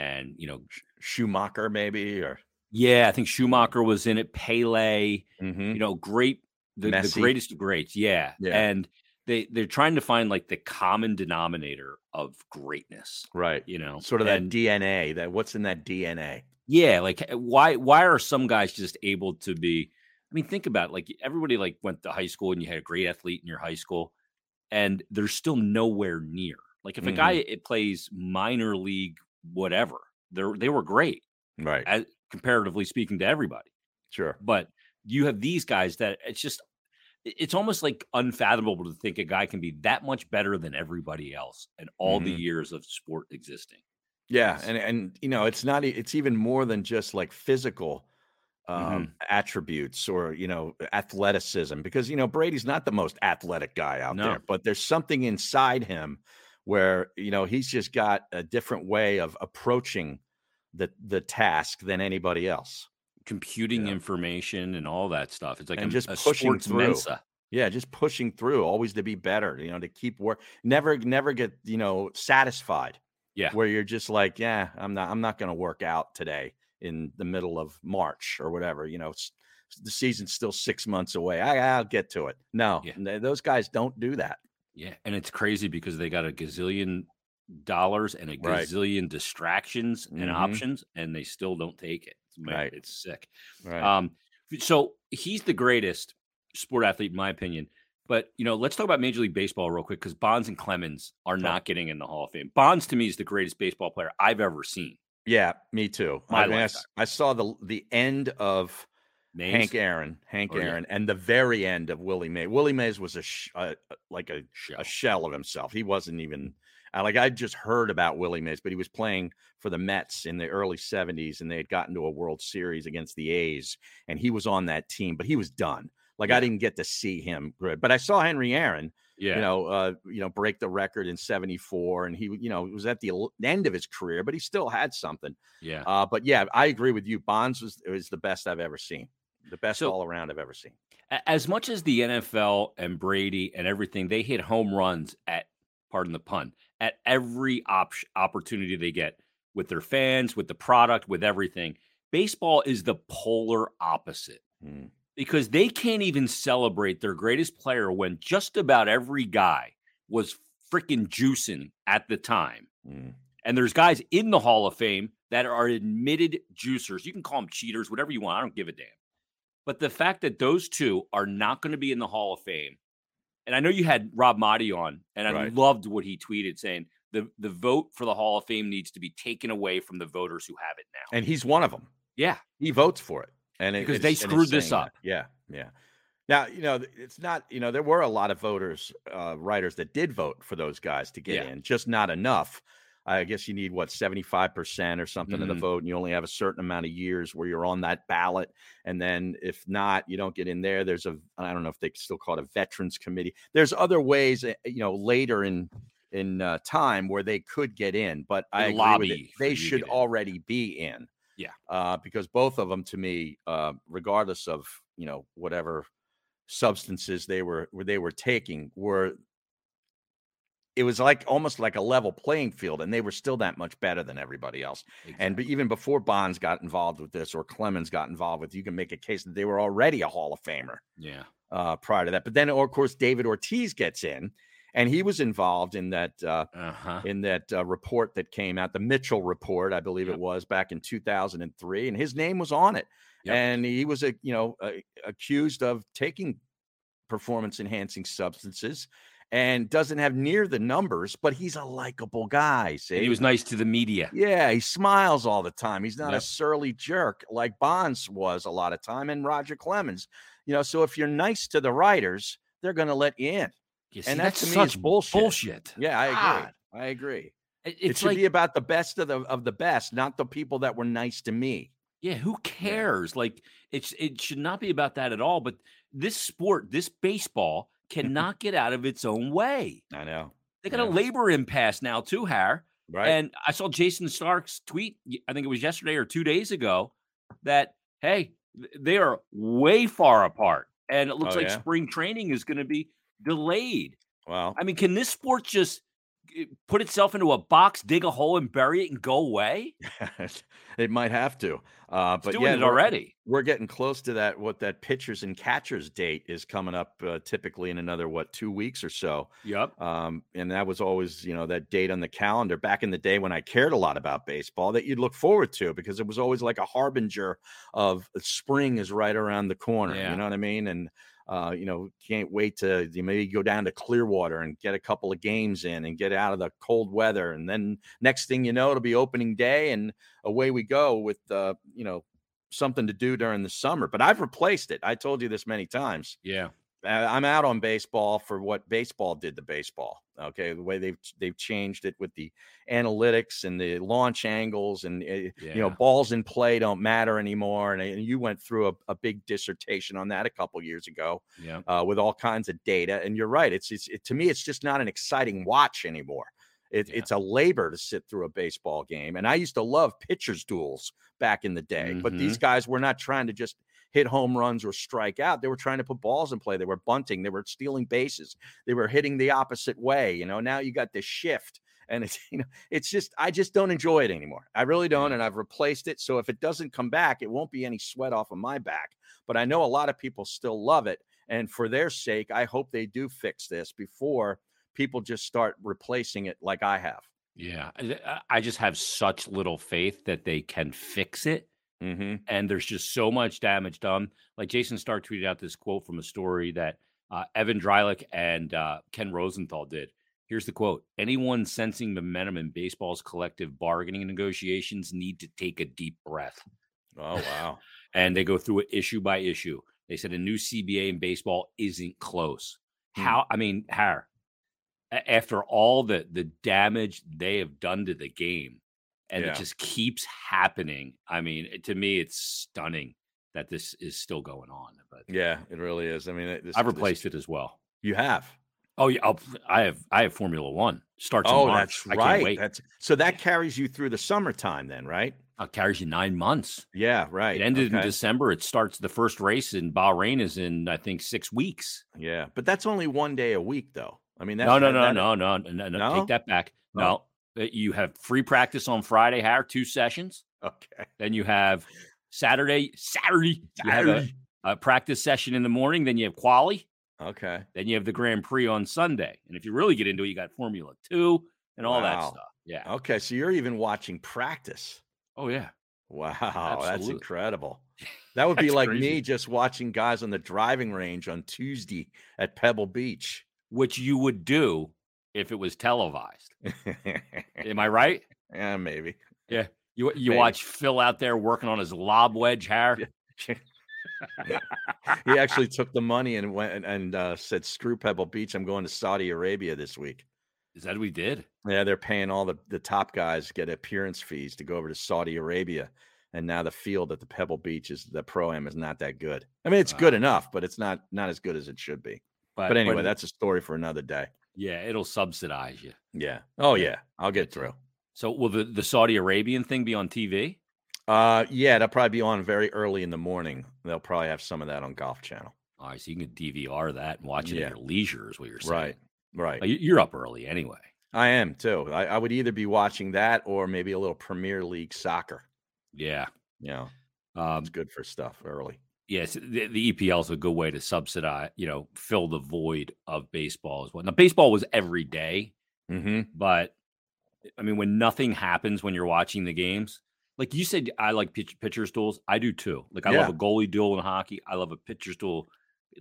S1: and you know,
S2: Sch- Schumacher maybe or
S1: yeah, I think Schumacher was in it, Pele,
S2: Mhm.
S1: you know, great the, the
S2: Messi.
S1: greatest of greats, yeah,
S2: Yeah.
S1: and. They, they're trying to find like the common denominator of greatness,
S2: right.
S1: you know,
S2: Sort of that
S1: and-
S2: DNA, that what's in that DNA?
S1: Yeah, like h- why why are some guys just able to be I mean, think about it, like everybody like went to high school and you had a great athlete in your high school and they're still nowhere near. Like if a
S2: Mhm.
S1: guy it plays minor league whatever, they are they were great
S2: Right.
S1: as, comparatively speaking to everybody.
S2: Sure.
S1: But you have these guys that eh, it's just i- it's almost like unfathomable to think a guy can be that much better than everybody else and all the
S2: Mhm.
S1: years of sport existing.
S2: Yeah,
S1: Yes.
S2: and and you know, it's not e- it's even more than just like physical um
S1: Mm-hmm.
S2: attributes or you know athleticism because you know Brady's not the most athletic guy out
S1: No.
S2: there, but there's something inside him where you know he's just got a different way of approaching the the task than anybody else.
S1: computing
S2: Yeah.
S1: information and all that stuff. It's like
S2: And
S1: a,
S2: just
S1: a
S2: pushing
S1: sports
S2: through.
S1: mensa.
S2: Yeah, just pushing through, always to be better, you know, to keep work, never never get, you know, satisfied.
S1: Yeah.
S2: Where you're just like, yeah, I'm not I'm not going to work out today in the middle of March or whatever, you know, it's, the season's still 6 months away. I I'll get to it. No.
S1: Yeah.
S2: n- Those guys don't do that.
S1: Yeah, and it's crazy because they got a gazillion dollars and a
S2: Right.
S1: gazillion distractions and
S2: Mhm.
S1: options, and they still don't take it. It's, ma-
S2: Right.
S1: it's sick.
S2: Right.
S1: Um, so he's the greatest sport athlete, in my opinion. But you know, let's talk about Major League Baseball real quick because Bonds and Clemens are not getting in the Hall of Fame. Bonds to me is the greatest baseball player I've ever seen.
S2: yeah, me too.
S1: my
S2: I, mean, I s-
S1: lifetime.
S2: I saw the the end of
S1: Names?
S2: Hank Aaron, Hank
S1: Oh, yeah.
S2: Aaron, and the very end of Willie Mays. Willie Mays was a, sh- a a- like a
S1: Shell.
S2: a shell of himself. He wasn't even I- like I just heard about Willie Mays, but he was playing for the Mets in the early 70s and they had gotten to a World Series against the A's and he was on that team, but he was done. Like
S1: Yeah.
S2: I didn't get to see him good, but I saw Henry Aaron,
S1: yeah,
S2: you know, uh, you know, break the record in '74, and he, you know, was at the el- end of his career, but he still had something.
S1: yeah.
S2: Uh, but yeah, I agree with you. Bonds was is the best I've ever seen, the best
S1: So-
S2: all around I've ever seen.
S1: A- as much as the NFL and Brady and everything, they hit home runs at pardon the pun, at every op- opportunity they get with their fans, with the product, with everything. Baseball is the polar opposite
S2: Mm.
S1: because they can't even celebrate their greatest player when just about every guy was freaking juicing at the time.
S2: Mm.
S1: And there's guys in the Hall of Fame that are admitted juicers. You can call them cheaters, whatever you want. I don't give a damn. But the fact that those two are not going to be in the Hall of Fame, and I know you had Rob Motti on, and I
S2: Right.
S1: loved what he tweeted saying the, the vote for the Hall of Fame needs to be taken away from the voters who have it now.
S2: And he's one of them.
S1: yeah.
S2: He votes for it, and it,
S1: Because they
S2: it's- and
S1: screwed
S2: it's
S1: this
S2: saying
S1: up.
S2: that. Yeah, yeah. Now you know th- it's not. You know there were a lot of voters, uh, writers that did vote for those guys to get
S1: Yeah.
S2: in, just not enough. I guess you need what seventy five percent or something of the
S1: Mhm.
S2: vote, and you only have a certain amount of years where you're on that ballot. And then if not, you don't get in there. There's a I don't know if they still call it a veterans committee. There's other ways, uh, you know, later in in uh, time where they could get in, but I agree with
S1: lobby
S2: it.
S1: for
S2: They
S1: you to
S2: should
S1: get in.
S2: already be in uh, because both of them to me, uh, regardless of you know whatever substances they were were- they were taking, were it was like almost like a level playing field, and they were still that much better than everybody else. And be- even before Bonds got involved with this or Clemens got involved with, you can make a case that they were already a Hall of Famer
S1: yeah.
S2: uh, prior to that. But then, of course, David Ortiz gets in, and he was involved in that uh,
S1: Uh huh.
S2: in that uh, report that came out, the Mitchell report, I believe
S1: Yep.
S2: it was back in 2003, and his name was on it.
S1: Yep.
S2: And he was, a, you know, uh, accused of taking performance-enhancing substances, and doesn't have near the numbers, but he's a likable guy. See,
S1: And he was nice to the media.
S2: yeah, he smiles all the time. He's not a
S1: Yep.
S2: surly jerk like Bonds was a lot of time, and Roger Clemens. You know, so if you're nice to the writers, they're going to let you in.
S1: You
S2: And
S1: see,
S2: that to me is bullshit.
S1: bullshit.
S2: Yeah, I agree.
S1: God.
S2: I agree
S1: It-
S2: it
S1: It's
S2: should
S1: like
S2: be about the best of the of the best, not the people that were nice to me.
S1: Yeah, who cares? Like it's it should not be about that at all. But this sport, this
S2: *laughs*
S1: baseball, cannot get out of its own way.
S2: I know,
S1: They got a
S2: Yeah.
S1: labor impasse now too, Har.
S2: right?
S1: And I saw Jason Stark's tweet. y- I think it was yesterday or two days ago that hey, th- they are way far apart, and it looks
S2: Oh,
S1: like
S2: yeah?
S1: spring training is going to be delayed.
S2: well,
S1: I mean, can this sport just eh, put itself into a box, dig a hole, and bury it and go away?
S2: *laughs* it might have to. Uh,
S1: It's
S2: but
S1: doing
S2: yeah,
S1: it
S2: we're-
S1: already.
S2: We're getting close to that. What that pitchers and catchers date is coming up, uh, typically in another what two weeks or so.
S1: Yep.
S2: Um, and that was always, you know, that date on the calendar back in the day when I cared a lot about baseball that you'd look forward to because it was always like a harbinger of uh, spring is right around the corner.
S1: Yeah.
S2: You know what I mean? And uh, you know, can't wait to you maybe go down to Clearwater and get a couple of games in and get out of the cold weather. And then next thing you know, it'll be opening day and away we go with uh, you know, something to do during the summer. But I've replaced it. I told you this many times.
S1: Yeah.
S2: Uh, I'm out on baseball for what baseball did to baseball. Okay, the way they've they've changed it with the analytics and the launch angles, and uh,
S1: Yeah.
S2: you know balls in play don't matter anymore. And, and you went through a, a big dissertation on that a couple years ago
S1: yeah.
S2: uh, with all kinds of data. And you're right; it's it's it, to me, it's just not an exciting watch anymore. It,
S1: Yeah.
S2: It's a labor to sit through a baseball game. And I used to love pitchers duels back in the day, but these
S1: Mm-hmm.
S2: guys were not trying to just hit home runs or strike out. They were trying to put balls in play. They were bunting. They were stealing bases. They were hitting the opposite way. You know, now you got this shift. And it's *laughs* you know, it's just I just don't enjoy it anymore. I really don't,
S1: Yeah.
S2: and I've replaced it. So if it doesn't come back, it won't be any sweat off of my back. But I know a lot of people still love it, and for their sake, I hope they do fix this before people just start replacing it like I have.
S1: Yeah, I- I- I just have such little faith that they can fix it.
S2: Mm-hmm.
S1: And there's just so much damage done. Like Jason Starr tweeted out this quote from a story that uh, Evan Drylick and uh, Ken Rosenthal did. Here's the quote Anyone sensing momentum in baseball's collective bargaining and negotiations need to take a deep breath.
S2: Oh wow.
S1: And they go through it issue by issue. They said a new CBA in baseball isn't close.
S2: Hmm.
S1: How, I mean, Har, a- after all the the damage they have done to the game, and
S2: Yeah.
S1: it just keeps happening. I mean, it- to me, it's stunning that this is still going on. But
S2: yeah, it really is. I mean, it- this,
S1: I've
S2: this-
S1: replaced it as well.
S2: You have.
S1: Oh yeah, I'll, I have I have Formula One starts.
S2: Oh,
S1: in March. I
S2: that's right.
S1: Can't wait.
S2: That's so that carries you through the summertime, then, right?
S1: It carries you nine months.
S2: Yeah, right.
S1: It ended in
S2: Okay.
S1: December. It starts the first race in Bahrain is in I think six weeks.
S2: Yeah, but that's only one day a week, though. I mean,
S1: no, no, no, no, no, no, no, Take that back.
S2: Oh.
S1: No, uh, you have free practice on Friday. Hire two sessions.
S2: *laughs* Okay.
S1: Then you have Saturday, Saturday, Saturday. You have a, a practice session in the morning. Then you have quali.
S2: *laughs* Okay.
S1: Then you have the Grand Prix on Sunday. And if you really get into it, you got Formula Two and all that
S2: Wow. Oh.
S1: stuff. Yeah.
S2: Okay. So you're even watching practice.
S1: Oh yeah.
S2: Wow, that's
S1: Absolutely. *laughs*
S2: incredible. That would be
S1: That's
S2: like me
S1: crazy.
S2: just watching guys on the driving range on Tuesday at Pebble Beach. *laughs*
S1: Which you would do if it was
S2: *laughs*
S1: televised. Am I right?
S2: yeah, maybe. *laughs*
S1: You you
S2: Maybe.
S1: watch Phil out there working on his lob wedge hair.
S2: He actually took the money and went and, and uh, said, "Screw Pebble Beach. I'm going to Saudi Arabia this week."
S1: Is that what he did?
S2: Yeah, they're paying all the, the top guys get appearance fees to go over to Saudi Arabia. And now the field at the Pebble Beach is the pro am is not that good. I mean, it's
S1: Wow.
S2: good enough, but it's not not as good as it should be. But, anyway, that's a story for another day.
S1: yeah, it'll subsidize you.
S2: Yeah. Oh
S1: Yeah.
S2: yeah, I'll get
S1: That's it.
S2: through.
S1: So will the, the Saudi Arabian thing be on TV?
S2: Uh, yeah, they'll probably be on very early in the morning. They'll probably have some of that on Golf Channel.
S1: All right, so you can DVR that and watch it
S2: Yeah.
S1: at your leisure, is what you're saying.
S2: Right, right.
S1: Uh, you- You're up early anyway.
S2: I am too. I, I would either be watching that or maybe a little Premier League soccer.
S1: Yeah.
S2: You know,
S1: Um,
S2: it's good for stuff early.
S1: yes, the, the EPL is a good way to subsidize, you know, fill the void of baseball as well. Now, baseball was every day,
S2: Mm-hmm.
S1: but I mean, when nothing happens when you're watching the games, like you said, I like pitch, pitcher's duels. I do too. Like, I love
S2: Yeah.
S1: a goalie duel in hockey, I love a pitcher's duel.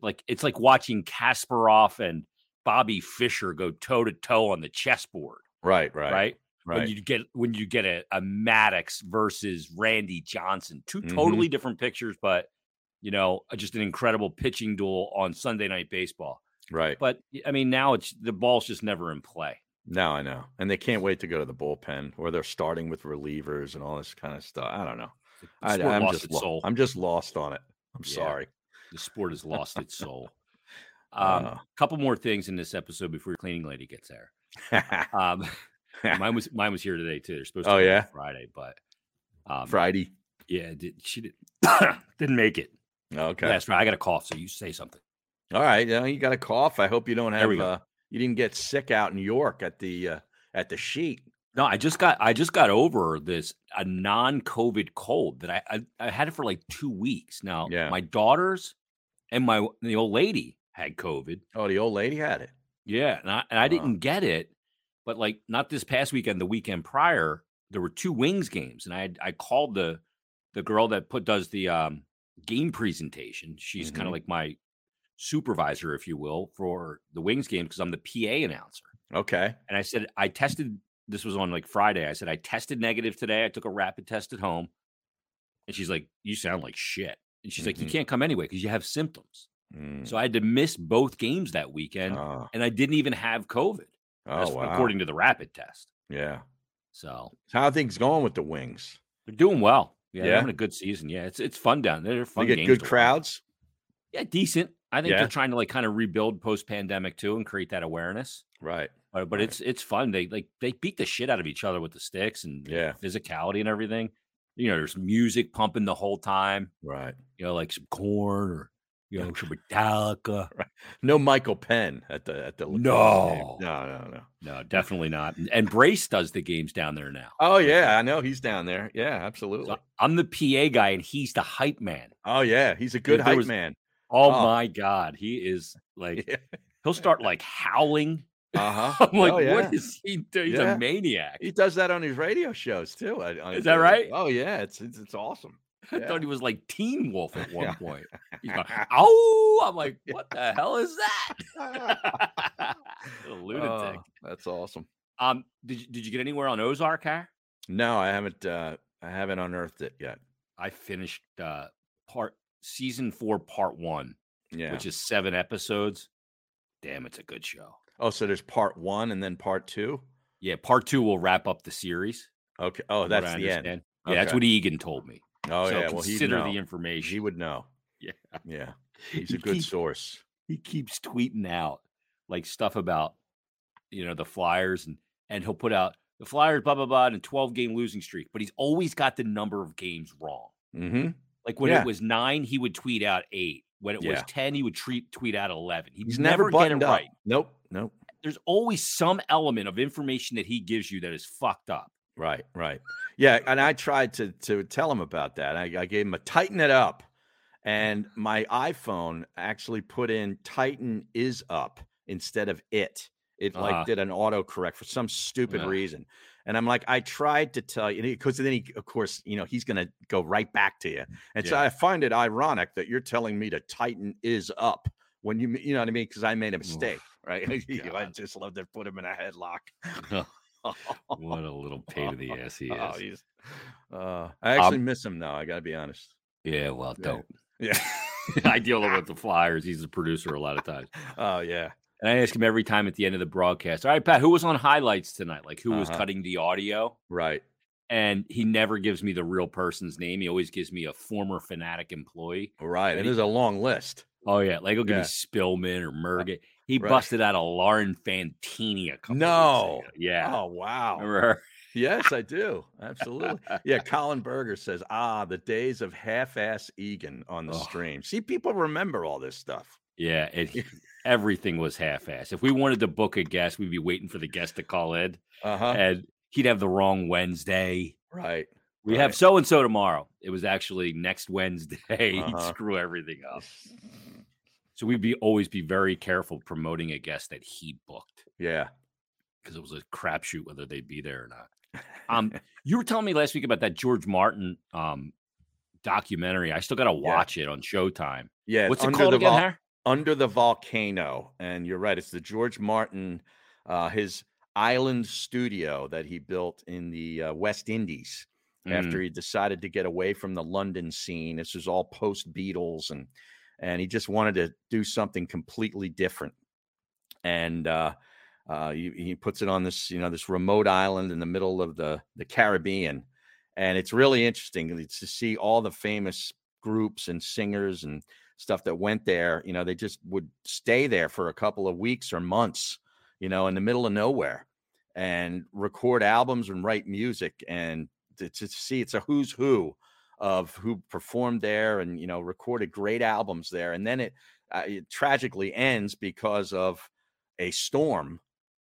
S1: Like, it's like watching Kasparov and Bobby Fischer go toe to toe on the chessboard,
S2: Right, right,
S1: right?
S2: right.
S1: when you get when you get a, a Maddox versus Randy Johnson. 2
S2: Mhm.
S1: totally different pictures, but you know, uh, just an incredible pitching duel on Sunday night baseball. *laughs*
S2: right.
S1: But I mean, now it's the ball's just never in play.
S2: Now I know, and they can't wait to go to the bullpen, or they're starting with relievers and all this kind of stuff. I don't know.
S1: The
S2: I,
S1: sport
S2: am
S1: lost
S2: just
S1: its
S2: lo-
S1: soul.
S2: I'm just lost on it. I'm
S1: Yeah.
S2: sorry.
S1: the sport has lost its soul. A
S2: Uh.
S1: couple more things in this episode before your cleaning lady gets there.
S2: Uh, *laughs*
S1: Um, *laughs* mine was mine was here today too. They're supposed to
S2: Oh,
S1: be here
S2: yeah?
S1: Friday, but um,
S2: Friday.
S1: yeah, did, she did, *coughs* didn't make it.
S2: Okay.
S1: That's right. I got a cough, so you say something.
S2: All right, now you got a cough. I hope you don't have.
S1: we go.
S2: Uh, you didn't get sick out in York at the uh, at the sheet.
S1: No, I just got I just got over this a non-COVID cold that I I, I had it for like two weeks now.
S2: Yeah.
S1: my daughters and my the old lady had COVID.
S2: Oh, the old lady had it.
S1: Yeah, and I, and I
S2: Wow.
S1: didn't get it, but like not this past weekend, the weekend prior, there were two Wings games, and I had, I called the the girl that put does the um, game presentation. She's kind
S2: Mhm.
S1: of like my supervisor, if you will, for the Wings game because I'm the PA announcer.
S2: Okay.
S1: And I said, I tested, this was on like Friday. I said, I tested negative today. I took a rapid test at home. And she's like, You sound like shit. And she's like, You
S2: Mhm.
S1: can't come anyway because you have symptoms.
S2: Mm.
S1: So I had to miss both games that weekend.
S2: oh,
S1: And I didn't even have COVID.
S2: oh,
S1: That's
S2: wow.
S1: according to the rapid test.
S2: yeah.
S1: So
S2: So How are things going with the wings?
S1: they're doing well. Yeah, they're
S2: Yeah?
S1: having a good season. Yeah, it's it's fun down there. They're
S2: You
S1: fun
S2: get
S1: games
S2: good
S1: to watch.
S2: crowds.
S1: Yeah, decent. I think
S2: Yeah.
S1: they're trying to like kind of rebuild post pandemic too and create that awareness.
S2: Right.
S1: Uh, but
S2: Right.
S1: it's it's fun. They like they beat the shit out of each other with the sticks and
S2: Yeah.
S1: physicality and everything. You know, there's music pumping the whole time.
S2: Right.
S1: You know, like some corn or you know some
S2: *laughs*
S1: Metallica.
S2: No Michael Penn at the at the at the game.
S1: No.
S2: no no no.
S1: No, definitely not. And- And Brace does the games down there now.
S2: Oh yeah, I know he's down there. Yeah, absolutely.
S1: So I'm the PA guy and he's the hype man.
S2: oh yeah, he's a good
S1: there
S2: hype
S1: was-
S2: man. *laughs*
S1: Oh,
S2: Oh.
S1: my god, he is like
S2: Yeah.
S1: he'll start like howling. *laughs*
S2: Uh *laughs* huh.
S1: I'm like,
S2: oh, yeah.
S1: what is he doing? He's
S2: Yeah.
S1: a maniac. *laughs*
S2: He does that on his radio shows too. I- on
S1: Is
S2: his
S1: that
S2: radio-
S1: right?
S2: Oh yeah, it's it's,
S1: *laughs*
S2: it's awesome.
S1: I
S2: Yeah.
S1: thought he was like Teen Wolf at one
S2: Yeah.
S1: point. He's
S2: *laughs*
S1: going, "Ow!" I'm like, "What the hell is
S2: *laughs*
S1: that?" What a e *laughs* lunatic.
S2: Oh, that's awesome.
S1: um, did you, did you get anywhere on Ozark? Har?
S2: No, I haven't. Uh, I haven't unearthed it yet.
S1: I finished uh part season four, part one,
S2: Yeah.
S1: which is seven episodes. Damn, it's a good show.
S2: oh, so there's part one and then part two.
S1: Yeah, part two will wrap up the series.
S2: Okay. Oh,
S1: from what
S2: that's
S1: I
S2: the end.
S1: understand. Yeah, that's
S2: Okay.
S1: what Egan told me.
S2: Oh
S1: so
S2: yeah. Well, he'd
S1: consider
S2: know.
S1: the
S2: He
S1: information.
S2: would know.
S1: Yeah. *laughs*
S2: Yeah. He's a
S1: He
S2: good
S1: keeps-
S2: source.
S1: he keeps tweeting out like stuff about you know the Flyers and and he'll put out the Flyers blah blah blah and 12 game losing streak, but he's always got the number of games wrong.
S2: Mm-hmm.
S1: Like when
S2: Yeah.
S1: it was 9, he would tweet out 8. When it
S2: Yeah.
S1: was 10, he would treat, tweet out 11. He'd
S2: He's
S1: never,
S2: never buttoned
S1: get it
S2: up.
S1: right.
S2: Nope. Nope.
S1: there's always some element of information that he gives you that is fucked up.
S2: Right, right. Yeah, and I tried to to tell him about that. I, I gave him a tighten it up, and my iPhone actually put in tighten is up instead of it. It
S1: Uh-huh.
S2: like did an autocorrect for some stupid
S1: Ugh.
S2: reason. And I'm like, I tried to tell you because then he, of course, you know, he's gonna go right back to you. And so
S1: Yeah.
S2: I find it ironic that you're telling me to tighten is up when you, you know what I mean? Because I made a mistake, right? *laughs* I
S1: Oh, God.
S2: just love to put him in a
S1: *laughs*
S2: headlock. *laughs*
S1: What a little pain in the ass *laughs* he is.
S2: Oh, he's- uh, I actually miss him now. I got to be honest. *laughs*
S1: yeah, well,
S2: Yeah.
S1: don't. *laughs*
S2: Yeah.
S1: I deal with the Flyers. He's the producer a lot of times.
S2: oh yeah.
S1: And I ask him every time at the end of the broadcast, all right, Pat, who was on highlights tonight? Like who was
S2: Uh-huh.
S1: cutting the audio?
S2: Right.
S1: And he never gives me the real person's name. He always gives me a former fanatic employee.
S2: Right.
S1: And
S2: And
S1: he-
S2: there's a long list.
S1: Oh, yeah. Like he'll give
S2: Yeah.
S1: me
S2: Uh,
S1: Spillman or Merget. He
S2: Right.
S1: busted out a Lauren Fantini a couple weeks
S2: No.
S1: ago. Yeah.
S2: Oh wow.
S1: *laughs* Remember her?
S2: Yes, I *laughs* do. Absolutely. Yeah. Colin Berger says, "Ah, the days of half-ass Egan on the
S1: Oh.
S2: stream." See, people remember all this stuff.
S1: Yeah.
S2: *laughs*
S1: It, everything was half assed. If we wanted to book a guest, we'd be waiting for the guest to call in.
S2: Uh huh.
S1: And he'd have the wrong Wednesday.
S2: Right.
S1: We
S2: Right.
S1: have so and so tomorrow. It was actually next Wednesday. *laughs*
S2: Uh-huh.
S1: He'd screw everything up. So we'd be always be very careful promoting a guest that he booked
S2: Yeah.
S1: because it was a crapshoot whether they'd be there or not. Um, you were telling me last week about that George Martin um documentary. I still got to watch it on Showtime.
S2: *laughs* yeah. it's
S1: What's it
S2: under
S1: called
S2: the
S1: again?
S2: vol-
S1: Har?
S2: Under the Volcano. And you're right. It's the George Martin, uh, his island studio that he built in the uh, West Indies after he decided to get away from the London scene. This was all post Beatles and and he just wanted to do something completely different. And uh, uh, he, he puts it on this you know this remote island in the middle of the the Caribbean, and it's really interesting to see all the famous groups and singers and stuff that went there. You know, they just would stay there for a couple of weeks or months. You know, in the middle of nowhere, and record albums and write music and to, to see it's a who's who of who performed there and you know recorded great albums there and then it, uh, it tragically ends because of a storm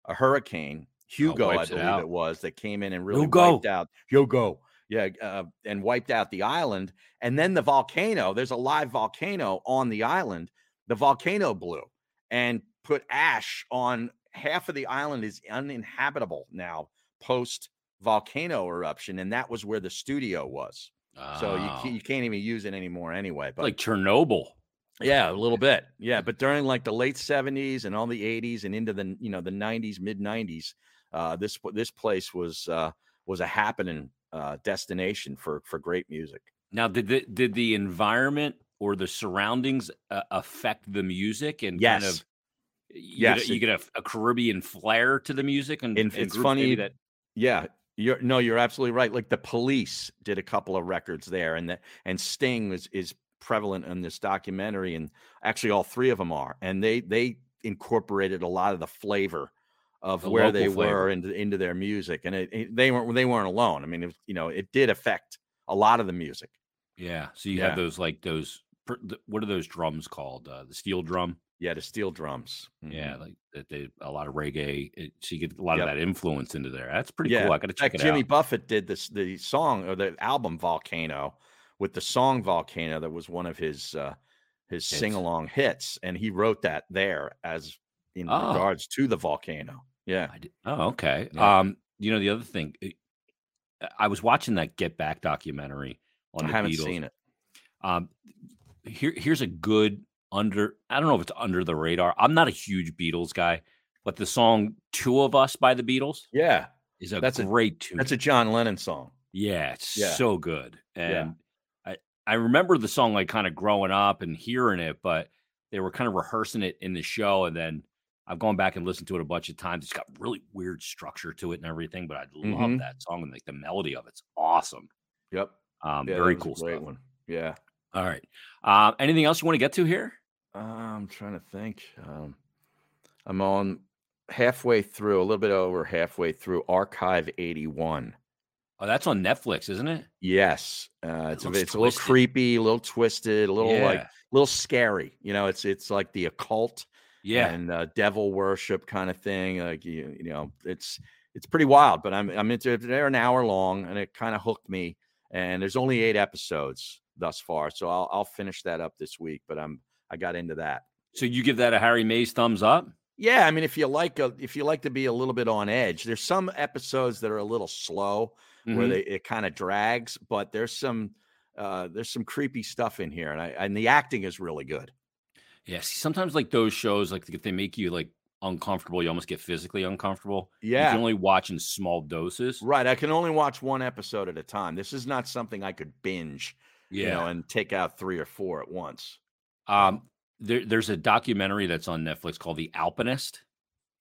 S2: a hurricane hugo i
S1: Oh, wipes it
S2: believe
S1: out.
S2: it was that came in and really
S1: Hugo.
S2: wiped out hugo yeah uh, and wiped out the island and then the volcano there's a live volcano on the island the volcano blew and put ash on half of the island is uninhabitable now post volcano eruption and that was where the studio was so you,
S1: Ah,
S2: ca- you can't even use it anymore anyway but
S1: like Chernobyl.
S2: yeah a little bit yeah but during like the late 70s and all the 80s and into the you know the 90s mid 90s uh this this place was uh was a happening uh destination for for great music
S1: Now, did the did the environment or the surroundings uh, affect the music and kind
S2: Yes.
S1: of you
S2: Yes,
S1: get, a, you
S2: it-
S1: get a, a Caribbean flair to the music and,
S2: And
S1: and
S2: it's
S1: groups
S2: funny
S1: maybe that
S2: Yeah, you're no, you're absolutely right. Like the police did a couple of records there, and that and Sting is is prevalent in this documentary, and actually all three of them are, and they they incorporated a lot of the flavor of
S1: The
S2: where
S1: local
S2: they
S1: flavor.
S2: were into into their music, and it, it- they weren't they weren't alone. I mean, it, was- you know, it did affect a lot of the music.
S1: yeah. So you
S2: Yeah.
S1: have those like those pr- th- what are those drums called? Uh, the steel drum.
S2: Yeah, the steel drums.
S1: Yeah,
S2: Mhm.
S1: like that they a lot of reggae. It, so you get a lot
S2: Yep.
S1: of that influence into there. That's pretty
S2: Yeah.
S1: cool. I got to
S2: In fact,
S1: check it
S2: Jimmy
S1: out.
S2: Buffett did this the song or the album Volcano with the song Volcano that was one of his uh his
S1: Hits.
S2: sing along hits, and he wrote that there as in
S1: Oh.
S2: regards to the volcano. Yeah.
S1: I did- oh, okay.
S2: Yeah.
S1: Um, you know the other thing, it- I was watching that Get Back documentary on
S2: I
S1: the
S2: haven't
S1: Beatles.
S2: seen it.
S1: Um, here, here's a good under. I don't know if it's under the radar. I'm not a huge Beatles guy, but the song Two of Us" by the Beatles
S2: Yeah.
S1: is a
S2: That's a-
S1: great tune.
S2: That's a John Lennon song.
S1: yeah, it's
S2: Yeah.
S1: so good.
S2: Yeah.
S1: And I I remember the song like kind of growing up and hearing it, but they were kind of rehearsing it in the show, and then. I've gone back and listened to it a bunch of times. It's got really weird structure to it and everything, but I love
S2: Mhm.
S1: that song and like the melody of it's awesome.
S2: Yep.
S1: Um,
S2: Yeah, that
S1: very
S2: was a
S1: cool
S2: great
S1: stuff.
S2: one. Yeah.
S1: All right. Uh, anything else you want to get to here?
S2: Uh, I'm trying to think. Um, I'm on halfway through, a little bit over halfway through Archive 81.
S1: Oh, that's on Netflix, isn't it?
S2: Yes, uh, it's a,
S1: looks
S2: it's a little
S1: twisted.
S2: creepy, a little twisted, a little like
S1: Yeah.
S2: a little scary. You know, it's it's like the occult
S1: Yeah.
S2: and uh, devil worship kind of thing. Like you, you know, it's it's pretty wild. But I'm I'm into it. They're an hour long, and it kind of hooked me. And there's only eight episodes thus far, so I'll I'll finish that up this week. But I'm I got into that.
S1: so you give that a Harry Mays thumbs up?
S2: Yeah, I mean, if you like, a, if you like to be a little bit on edge, there's some episodes that are a little slow where
S1: Mhm.
S2: they it kind of drags, but there's some uh there's some creepy stuff in here, and I and the acting is really good.
S1: Yeah. See, sometimes like those shows, like if they make you like uncomfortable, you almost get physically uncomfortable. You
S2: Yeah.
S1: can only watch in small doses.
S2: Right, I can only watch one episode at a time. This is not something I could binge, you know, and take out three or four at once.
S1: Um, there, there's a documentary that's on Netflix called The Alpinist.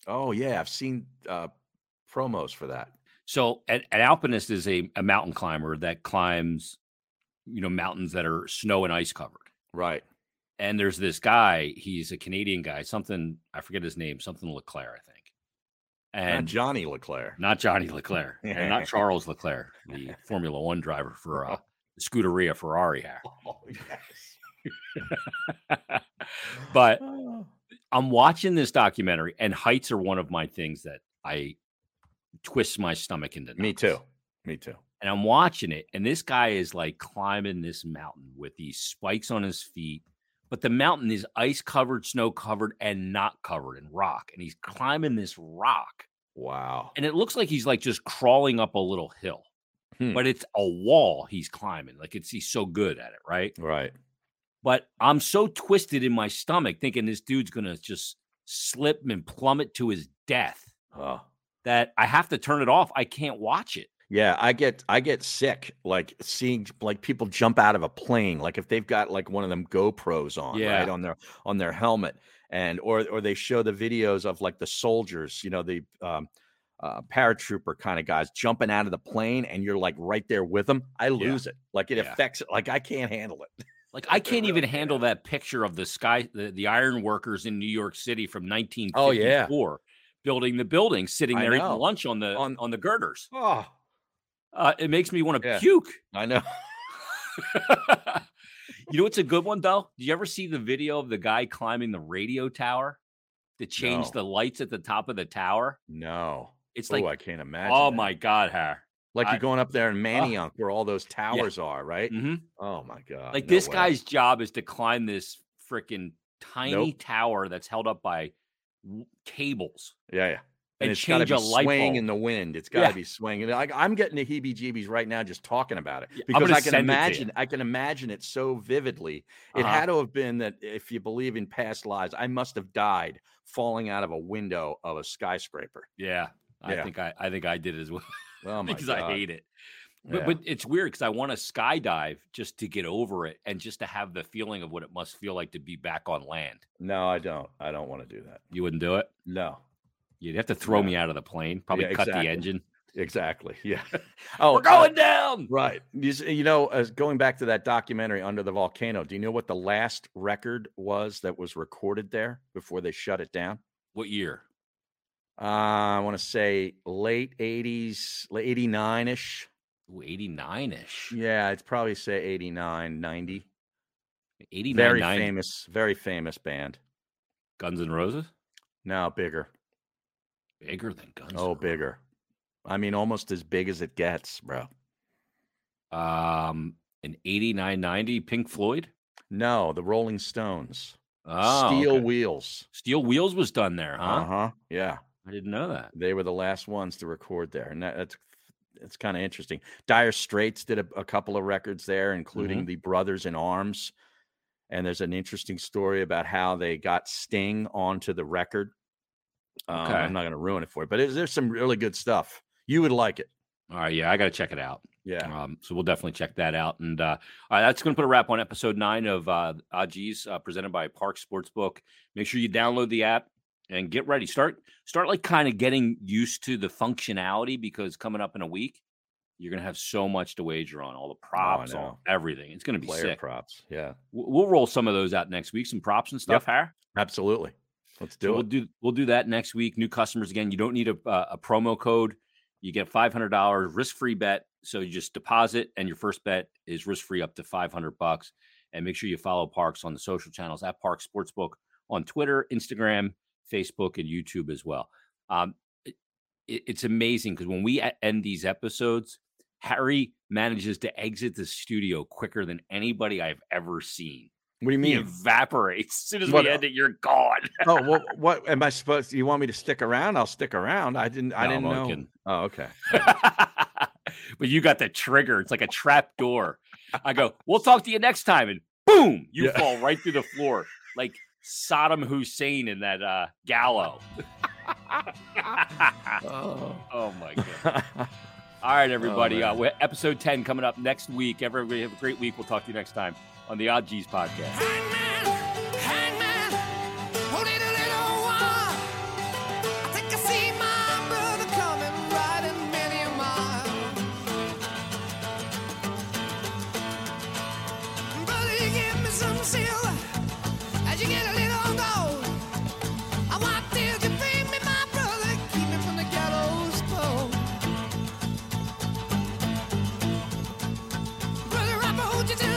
S2: Oh yeah, I've seen uh promos for that.
S1: So an, an alpinist is a, a mountain climber that climbs, you know, mountains that are snow and ice covered.
S2: Right.
S1: And there's this guy, he's a Canadian guy, something, I forget his name, something LeClaire, I think.
S2: And
S1: And
S2: Johnny *laughs* LeClaire.
S1: not Johnny
S2: *laughs*
S1: Leclerc, and not Charles Leclerc, the Formula One driver for
S2: *laughs*
S1: uh, Scuderia Ferrari here. *laughs*
S2: Oh, yes.
S1: but
S2: Oh,
S1: I'm watching this documentary, and heights are one of my things that I twist my stomach into.
S2: Me
S1: knots.
S2: too. Me too.
S1: And I'm watching it, and this guy is like climbing this mountain with these spikes on his feet. But the mountain is ice covered, snow covered, and not covered in rock. And he's climbing this rock.
S2: Wow.
S1: and it looks like he's like just crawling up a little hill,
S2: Hmm.
S1: but it's a wall he's climbing. Like it's he's so good at it, right?
S2: Right.
S1: But I'm so twisted in my stomach thinking this dude's gonna just slip and plummet to his death
S2: Oh.
S1: that I have to turn it off. I can't watch it.
S2: Yeah, I get I get sick like seeing like people jump out of a plane like if they've got like one of them GoPros on right
S1: Yeah.
S2: on their on their helmet and or or they show the videos of like the soldiers, you know, the um uh, paratrooper kind of guys jumping out of the plane and you're like right there with them. I lose it. Like it
S1: Yeah.
S2: affects it. Like I can't handle it.
S1: Like I can't even handle that picture of the sky, the, the iron workers in New York City from 1954 building the building, sitting
S2: Oh, I
S1: there eating
S2: know.
S1: lunch on the
S2: On-
S1: on, the girders.
S2: Oh,
S1: Uh, it makes me want to
S2: Yeah.
S1: puke.
S2: *laughs* I know.
S1: *laughs* you know what's a good one though? Do you ever see the video of the guy climbing the radio tower to change
S2: No.
S1: the lights at the top of the tower?
S2: No.
S1: It's
S2: oh,
S1: like,
S2: I can't imagine.
S1: oh
S2: that.
S1: my god, hair.
S2: Like
S1: I-
S2: you're going up there in Manioc where all those towers are, right?
S1: Mhm.
S2: Oh my god.
S1: Like
S2: no
S1: this
S2: way.
S1: guy's job is to climb this freaking tiny
S2: Nope.
S1: tower that's held up by w- cables.
S2: Yeah, yeah. And,
S1: and
S2: it's got to
S1: change
S2: be
S1: a light
S2: swaying
S1: bulb.
S2: in the wind. It's got to
S1: Yeah.
S2: be swinging. I, I'm getting the heebie-jeebies right now just talking about it
S1: Yeah, I'm
S2: because
S1: gonna
S2: I can
S1: send it to you.
S2: imagine. I can imagine it so vividly. It
S1: Uh-huh.
S2: had to have been that if you believe in past lives, I must have died falling out of a window of a skyscraper.
S1: Yeah. I
S2: Yeah.
S1: think I, I think I did as *laughs* well
S2: Oh my
S1: because
S2: god!
S1: I hate it. But,
S2: Yeah.
S1: but it's weird because I want to skydive just to get over it and just to have the feeling of what it must feel like to be back on land.
S2: no, I don't. I don't want to do that.
S1: You wouldn't do it?
S2: No,
S1: You'd have to throw
S2: Yeah.
S1: me out of the plane, probably
S2: Yeah,
S1: cut
S2: exactly.
S1: the engine.
S2: exactly. *laughs*
S1: *laughs*
S2: Yeah. Oh,
S1: We're
S2: uh,
S1: going down.
S2: Right. You, s- you know, as going back to that documentary under the volcano, do you know what the last record was that was recorded there before they shut it down?
S1: What year?
S2: Uh, I want to say late 80s, late 89 ish.
S1: 89 ish.
S2: Yeah, I'd probably say 89, 90.
S1: 89,
S2: Very
S1: 90.
S2: famous, very famous band.
S1: Guns N' Roses?
S2: No, bigger.
S1: Bigger than Guns. N'
S2: Oh,
S1: Roses.
S2: bigger. I mean, almost as big as it gets, bro.
S1: Um, an 89, 90 Pink Floyd?
S2: No, the Rolling Stones.
S1: Oh,
S2: Steel
S1: okay. Uh-huh.
S2: Wheels.
S1: Steel Wheels was done there, huh?
S2: Uh huh. Yeah.
S1: I didn't know that.
S2: they were the last ones to record there and that, that's it's kind of interesting dire straits did a, a couple of records there including
S1: Mm-hmm.
S2: the brothers in arms and there's an interesting story about how they got sting onto the record um,
S1: Okay.
S2: i'm not going to ruin it for you but it, there's some really good stuff you would like it
S1: All right. Yeah, I got to check it out.
S2: yeah
S1: Um, so we'll definitely check that out. And uh, all right, that's going to put a wrap on episode nine of uh, Ajis, uh, presented by Park Sportsbook. Make sure you download the app and get ready. Start start like kind of getting used to the functionality because coming up in a week, you're going to have so much to wager on, all the props, on
S2: Oh, know.
S1: everything. It's going to be
S2: player
S1: sick.
S2: props yeah
S1: W- we'll roll some of those out next week, some props and stuff. Har.
S2: absolutely let's
S1: So
S2: do
S1: we'll
S2: it
S1: do we'll do that next week. New customers again. You don't need a uh, a promo code. You get five hundred dollars risk free bet. So you just deposit, and your first bet is risk free up to five hundred bucks. And make sure you follow Parks on the social channels at Parks Sportsbook on Twitter, Instagram, Facebook, and YouTube as well. Um, it, it's amazing because when we e-, end these episodes, Harry manages to exit the studio quicker than anybody I've ever seen.
S2: What do you mean?
S1: *laughs*
S2: He
S1: evaporates. As soon as what, we end it, you're gone.
S2: oh, well, what am I supposed to, you want me to stick around? I'll stick around. I didn't no, I didn't know. Kidding. Oh, okay.
S1: *laughs* but you got the trigger. It's like a trap door. I go, we'll talk to you next time. And boom, you yeah. fall right through the floor. Like Saddam Hussein in that uh gallo. *laughs* oh. oh my
S2: *laughs*
S1: god. All right, everybody. Oh, uh, episode 10 coming up next week. Everybody have a great week. We'll talk to you next time on the Odd G's podcast. Hangman, hangman, you do?